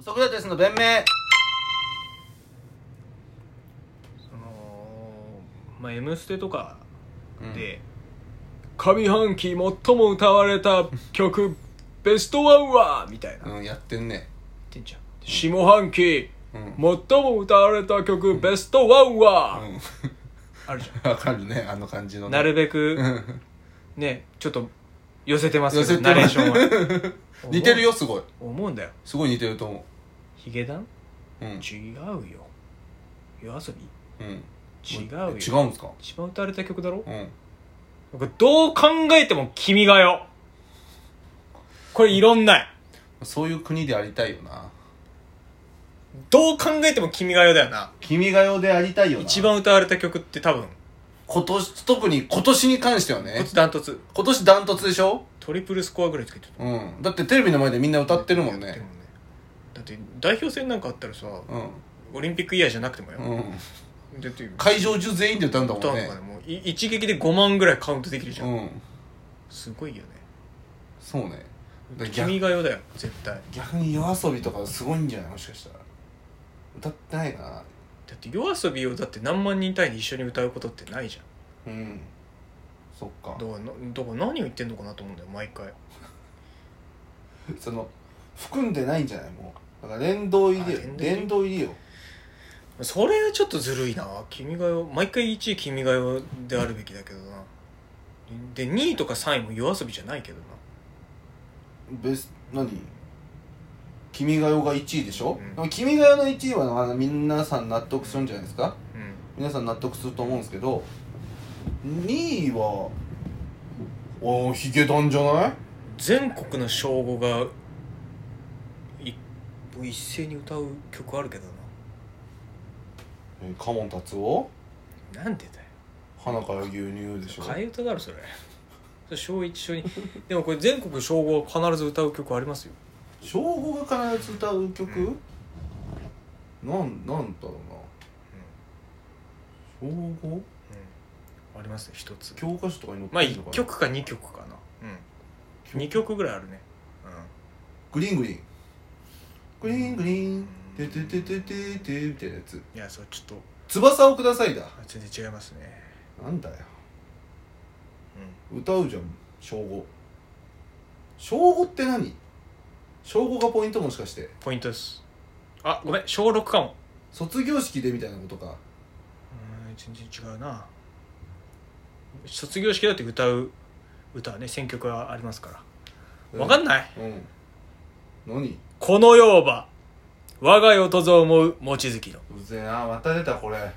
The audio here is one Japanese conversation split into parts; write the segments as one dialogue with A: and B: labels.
A: ソクラテスの弁明
B: そのまあ「M ステ」とか
A: うん
B: で、上半期最も歌われた 曲ベストワンはみたいな、
A: うん、やってんね
B: てんちゃん下半期、
A: うん
B: 最も歌われた曲ベストワンは、
A: う
B: あるじゃん
A: んわかるねあの感じのね
B: なるべく
A: うん
B: ねちょっと寄せてます
A: 寄
B: け
A: せ
B: ど
A: て
B: ナレーションは
A: は 似てるよすごい
B: 思うんだよ
A: すごい似てると思
B: ヒゲダン
A: ううん
B: 違うよ夜遊び
A: うん
B: 違うよ
A: 違うんですか
B: 一番歌われた曲だろ
A: うん
B: 僕どう考えても「君が代」これいろんない
A: そういう国でありたいよな
B: どう考えても「君が代」だよな
A: 君が代でありたいよな
B: 一番歌われた曲って多分
A: 今年特に今年に関しては
B: こい
A: ね
B: つダントツ
A: 今年ダントツでしょ
B: トリプルスコアぐらいつけてた
A: うんだってテレビの前でみんな歌ってるもん
B: やって
A: ね
B: だって代表戦なんかあったらさ
A: うん
B: オリンピックイヤーじゃなくてもよ、
A: うん
B: だって
A: 会場中全員で歌うんだもん
B: 歌なん
A: ね
B: かでもい一撃で5万ぐらいカウントできるじゃん、
A: うん
B: すごいよね
A: そうねだから逆
B: 君が代だよ絶対
A: 逆に夜遊びとかすごいんじゃないもしかしたら歌ってないかな
B: だって夜遊びをだって何万人単位で一緒に歌うことってないじゃ
A: うんそっか
B: んだからなだから何を言ってんのかなと思うんだよ毎回
A: その含んでないんじゃないもうだから殿堂入りよ
B: あ殿堂入り
A: 殿堂入りよ
B: それはちょっとずるいな君が代毎回1位君が代であるべきだけどなで2位とか3位も夜遊びじゃないけどな
A: ベス何君が代が1位でしょ、
B: うん
A: でも君が代の1位はあの皆さん納得するんじゃないですか
B: うん
A: 皆さん納得すると思うんですけど2位はおヒゲダンじゃない
B: 全国の称号がい一斉に歌う曲あるけど
A: えーカモン達夫
B: ななんでだよ
A: 花から牛乳でしょ
B: 替え歌だろそれそれ小一小二 でもこれ全国称号は必ず歌う曲ありますよ
A: 小五が必ず歌う曲、なんなんだろうな、小五
B: ありますね一つ
A: 教科書とかに載って
B: まあ
A: る
B: 1
A: のかな
B: 曲か2曲かなうん2曲ぐらいあるね
A: グリーングリーングリーングリーンててててててみたいなやつ
B: うんいやそれちょっと
A: 翼をくださいだ
B: あ全然違いますね
A: なんだよ
B: う
A: 歌うじゃん小五小五って何小五がポイントもしかして
B: んポイントですあごめん小6かも
A: 卒業式でみたいなことか
B: うん全然違うな卒業式だって歌う歌はね選曲はありますからわかんない
A: うん何う
B: この世は我が世とぞ思う望月の
A: ぜえなまた出たこれ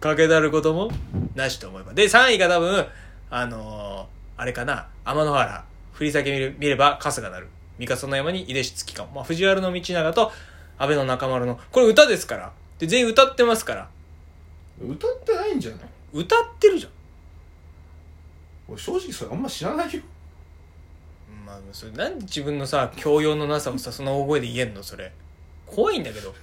B: かけだることもなしと思えばで3位が多分あのーあれかな天の原振り先見る見れば春日なる三笠の山に井出し月かも、まあ、藤原道長と安倍の中丸のこれ歌ですからで全員歌ってますから
A: 歌ってないんじゃない
B: 歌ってるじゃん
A: 俺正直それあんま知らないよ
B: まあ、それなんで自分のさ教養のなさをさその大声で言えんのそれ怖いんだけど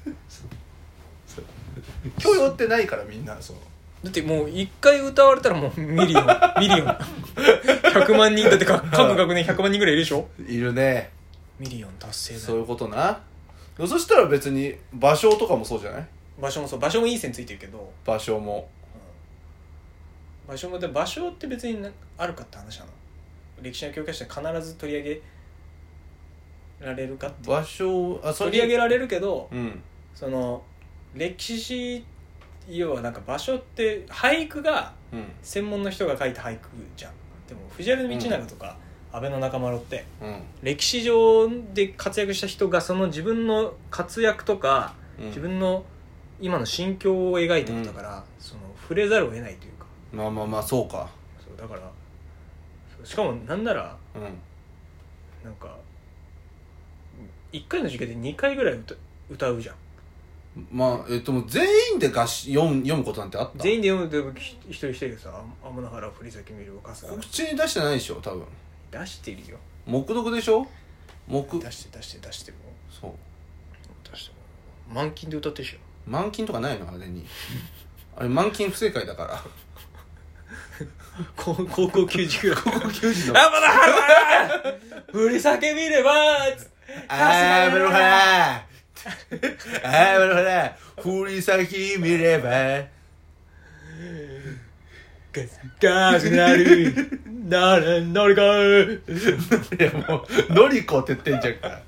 A: 教養ってないからみんなその
B: だってもう一回歌われたらもうミ リオンミリオン100万人だってか各学年100万人ぐらいいるでしょ
A: いるね
B: ミリオン達成
A: そう
B: だ
A: いうことなそしたら別に場所とかもそうじゃない
B: 場所もそう場所もいい線ついてるけど
A: 場所も
B: 場所もで場所って別になあるかって話なの歴史の教科書で必ず取り上げられるかって
A: 場所あそ
B: 取り上げ
A: ら
B: られるけど
A: うん
B: その歴史要はなんか場所って俳句が
A: うん
B: 専門の人が書いた俳句じゃんでも藤原道長とか安倍の中丸って
A: う
B: 歴史上で活躍した人がその自分の活躍とか
A: ん
B: 自分の今の心境を描いてるんだから、その触れざるを得ないというか
A: まあまあまあそうか
B: そうだからそうしかもなんなら
A: うん
B: なんか1回の授業で2回ぐらい歌歌うじゃん
A: まあえっともう全員で合詞読む読むことなんてあった
B: 全員で読むでひ一人一人がさ「天の原振り先見るかす
A: 口に出してないでしょ多分
B: 出してるよ
A: 目読でしょ目
B: 出して出して出しても
A: そう
B: 出しても満勤で歌ってるしょ
A: 満金とかないのあれ にあれ満金不正解だから
B: 高高校球児ぐらい
A: 高級人
B: あまだはら振り裂け見れば
A: あーブルハーあほら 振り先見れば
B: ガスなる、なれんのりか
A: いやもうのりこって言ってんじゃんから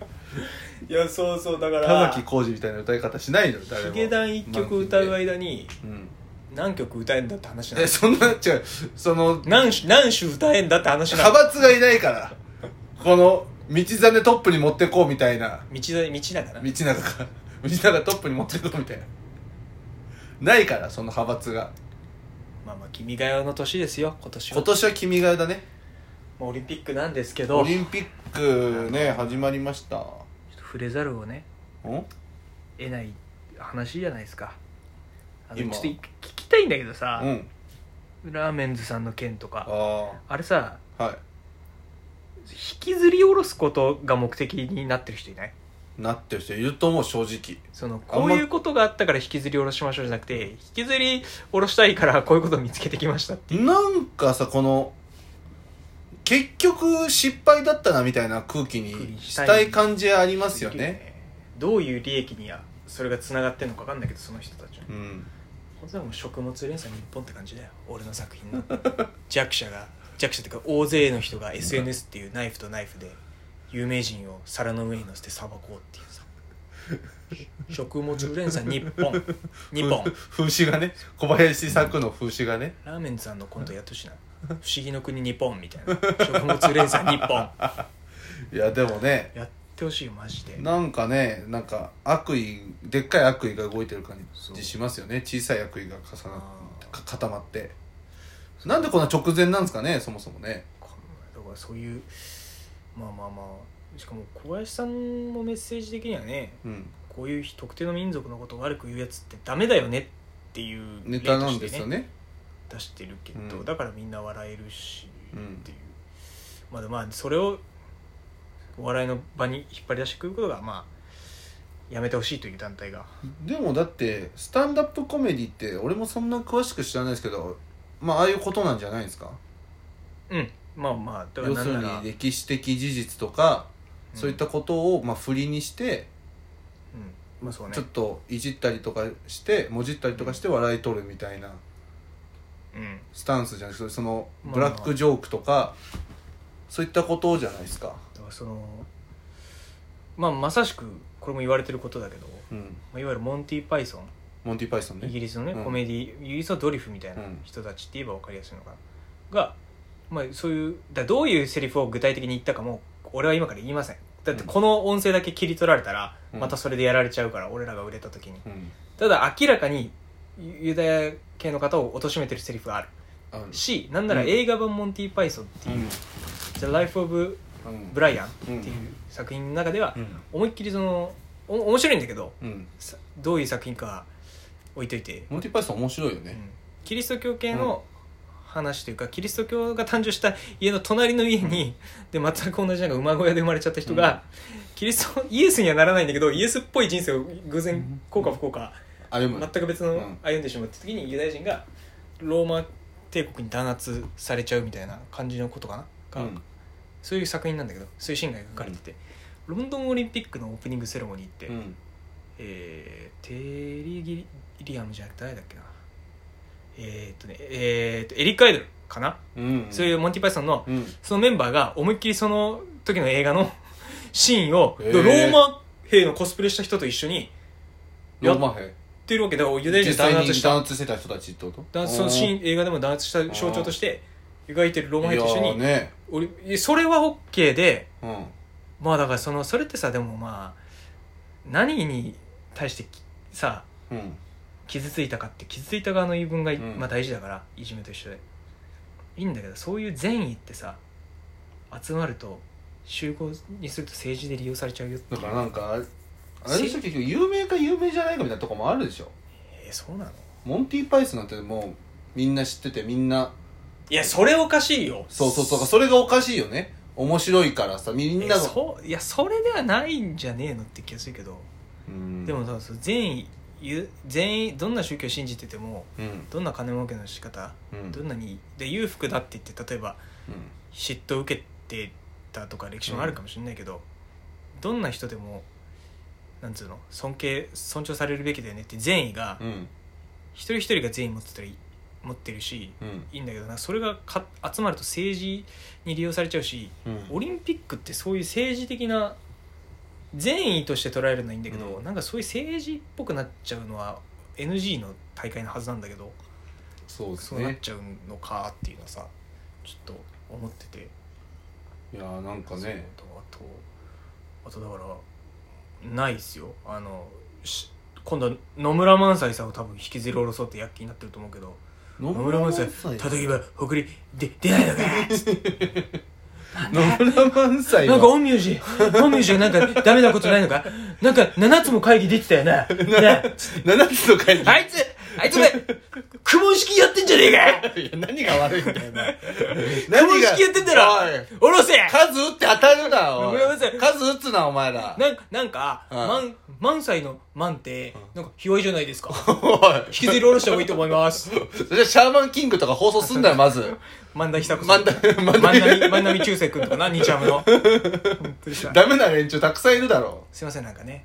B: いや、そうそう、だから、
A: 玉置浩二みたいな歌い方しないのよ誰も
B: ヒゲダン一曲歌う
A: い、
B: 間に
A: うん、
B: 何曲歌えんだって話なん
A: え
B: です
A: そんな違うその
B: 何種何種歌えんだって話なん
A: 派閥がいないからこの道真トップに持ってこうみたいな
B: 道だ道だから
A: 道長が道長トップに持ってこうみたいなないからその派閥が
B: まあまあ君が代の年ですよ今年は
A: 今年は君が代だね
B: まあオリンピックなんですけど
A: オリンピックね始まりましたん
B: 触れざるをね得ない話じゃないですかあのちょっ
A: 今
B: と聞きたいんだけどさ、
A: うん
B: ラーメンズさんの件とか
A: あ
B: あれさ
A: あは
B: 引きずり下ろすことが目的になってる人いない
A: いなってる人いると思う正直
B: その
A: あん
B: こ
A: ま
B: ういうことがあったから引きずり下ろしましょうじゃなくて引きずり下ろしたいからこういうことを見つけてきました
A: なんかさこの結局失敗だったなみたいな空気にしたい感じありますよね
B: どういう利益にやそれがつながってんのか分かんないけどその人たちの
A: うん
B: 本当はもう食物連鎖日本って感じだよ俺の作品の 弱者が弱者っていうか大勢の人が SNS っていうナイフとナイフで有名人を皿の上に乗せてさばこうっていうさ食物連鎖日本日本
A: 風刺がね小林作の風刺がね
B: ラーメンさんのコントやってほしいな「不思議の国日本」みたいな食物連鎖日本
A: いやでもね
B: やってほしいよマジで
A: なんかねなんか悪意でっかい悪意が動いてる感
B: そう
A: じしますよね小さい悪意が重なっ
B: あー
A: か固まってなんでこんな直前なんですかねそもそもね
B: こんなだからそういうまあまあまあしかも小林さんもメッセージ的にはね
A: うん
B: こういう特定の民族のことを悪く言うやつってダメだよねっていう
A: ネタなんです
B: 例としてね
A: よね
B: 出してるけど、
A: うん
B: だからみんな笑えるし、
A: うん
B: っていうまあでもまあそれをお笑いの場に引っ張り出してくることがまあやめてほしいという団体が
A: でもだってスタンダップコメディって俺もそんな詳しく知らないですけどまあああいうことなんじゃないですか
B: うんまあまあだから
A: 要
B: な
A: す
B: ん
A: る
B: な
A: に
B: ら
A: 歴史的事実とか、
B: うん
A: そういったことをまあ振りにして
B: うんまあそうね
A: ちょっといじったりとかしてもじったりとかして笑い取るみたいな
B: うん
A: スタンスじゃなくてその
B: まあ
A: ブラックジョークとかそういったことじゃないですか、
B: だからそのまあまさしくこれも言われてることだけど、
A: うん、
B: まあ、いわゆるモンティ・パイソン
A: モンティ・パイソン
B: イギ
A: ね
B: リスのね、
A: うん
B: コメディイギリスのドリフみたいな
A: うん
B: 人たちって言えば分かりやすいのかなが、まあ、そういうだどういうセリフを具体的に言ったかも俺は今から言いませんだってこの音声だけ切り取られたら、
A: うん
B: またそれでやられちゃうから俺らが売れた時に
A: うん
B: ただ明らかにユダヤ系の方を貶めてるセリフがある
A: ある
B: しなんなら
A: うん
B: 映画版モンティ・パイソンって
A: う
B: い
A: ん
B: う「The Life of
A: うん
B: ブライアン」っていう作品の中では
A: うん
B: 思いっきりそのお面白いんだけど
A: うん
B: さどういう作品か置いといて、
A: モンティ・パイソン面白いよ
B: う
A: ね
B: んキリスト教系の話というか、キリスト教が誕生した家の隣の家に、で全く同じなんか馬小屋で生まれちゃった人が、キリストイエスにはならないんだけどイエスっぽい人生を偶然こうか不幸か、
A: あれも
B: 全く別の
A: うん
B: 歩んでしまった時にユダヤ人がローマ帝国に弾圧されちゃうみたいな感じのことかな、が
A: うん
B: そういう作品なんだけどそういうシーンが描かれてて、ロンドンオリンピックのオープニングセレモニーって、
A: うん
B: えー、テリー・ギリアムじゃなくて誰だっけなえー、っとねえー、っとエリック・アイドルかな、
A: うん
B: そういうモンティ・パイソンの
A: うん
B: そのメンバーが思いっきりその時の映画 のシーンを、
A: へー
B: ローマ兵のコスプレした人と一緒に
A: ローマ兵
B: ってるわけだからユダヤ人
A: 実
B: を弾
A: 際
B: 圧
A: に
B: した
A: 弾圧してた人たちってこと
B: 弾そのシーン映画でも弾圧した象徴として描いてるローマ兵と一緒
A: いやー
B: に、
A: ね
B: 俺えそれは OK で
A: うん
B: まあだからそのそれってさでもまあ何に対してきさ
A: うん
B: 傷ついたかって傷ついた側の言い分が、
A: ん
B: まあ、大事だからいじめと一緒でいいんだけどそういう善意ってさ集まると集合にすると政治で利用されちゃうよってい
A: だ
B: う
A: からなんかあれあれでしょ結局有名か有名じゃないかみたいなとこもあるでしょ
B: えーそうなの
A: モンティ・パイスなんてもうみんな知っててみんない
B: やそれおかしいよ
A: そうそうそうそれがおかしいよね面白いからさみ
B: え
A: んな
B: ー
A: が、
B: そういやそれではないんじゃねえのって気がするけど、
A: うん
B: でもさそう善意ゆ善意どんな宗教を信じてても
A: うん
B: どんな金儲けの仕方
A: うん
B: どんなにで裕福だって言って例えば
A: うん
B: 嫉妬を受けてたとか歴史もあるかもしれないけど、どんな人でもなんつうの尊敬尊重されるべきだよねって善意が、
A: うん
B: 一人一人が善意持ってたらいい持ってるし
A: うん
B: いいんだけどなそれがか集まると政治に利用されちゃうし
A: うん
B: オリンピックってそういう政治的な善意として捉えるのはいいんだけど、
A: うん
B: なんかそういう政治っぽくなっちゃうのは NG の大会のはずなんだけど
A: そうです
B: そうなっ
A: ね
B: ちゃうのかっていうのはさちょっと思ってて。
A: いやーなんか
B: そう
A: ね
B: あとあとだからないっすよあのし今度野村萬斎さんを多分引きずり下ろそうって躍起になってると思うけど
A: 野
B: 野村萬斎叩けばほくりで出ないのかつって
A: 野村萬斎
B: なんか
A: は
B: 陰陽師陰陽師はなんかダメなことないのかなんか7つも会議出てたよなな
A: 7つの会議
B: ああいつあいつお前公文式やってんじゃねえか
A: いや何が悪いんだよな
B: 公文式やってんだろ
A: お
B: お
A: い
B: ろせ
A: 数打って当たるなおい
B: 野村萬斎
A: 数打つなお前ら
B: なんかなんか
A: うん
B: 万萬斎の万ってなんか卑猥じゃないですか
A: おい
B: 引きずり下ろした方がいいと思います。
A: それじゃシャーマンキングとか放送すんだよま ず
B: 万田久子さ
A: 万
B: ん。
A: 田万田
B: 万波、万波中世君と かな、ニチャムの。本当にさ
A: ダメな連中たくさんいるだろ
B: すいません、なんかね。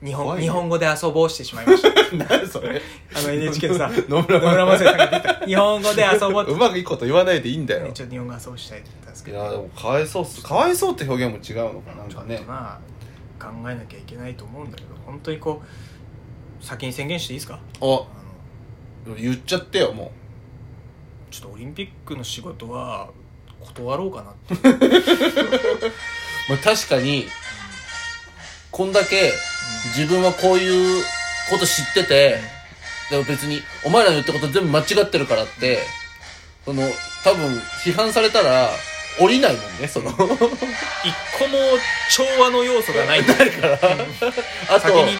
B: 日
A: 怖い
B: 本、
A: ね
B: 日本語で遊ぼうしてしまいま した。
A: 何そ れ
B: あの NHK のさ、
A: 野村
B: 野村正さんが出た。日本語で遊ぼうって
A: う。まくいいこと言わないでいいんだよ、
B: ねちょっと日本語遊ぼうしたいって言ったんです
A: い
B: けど。
A: やでもかわいそうっすかわいそうって表現も違うのかななん
B: ちょ
A: か
B: っ
A: ね
B: とまあ、考えなきゃいけないと思うんだけど、本当にこう、先に宣言していいですか
A: お
B: あの
A: 言っちゃってよも
B: ちょっとオリンピックの仕事は断ろうかなって。
A: う、まあ、確かにこんだけ自分はこういうこと知っててでも別にお前らの言ったこと全部間違ってるからってその多分批判されたら降りないもんねその
B: 一個も調和の要素がないんだ
A: あと
B: 先に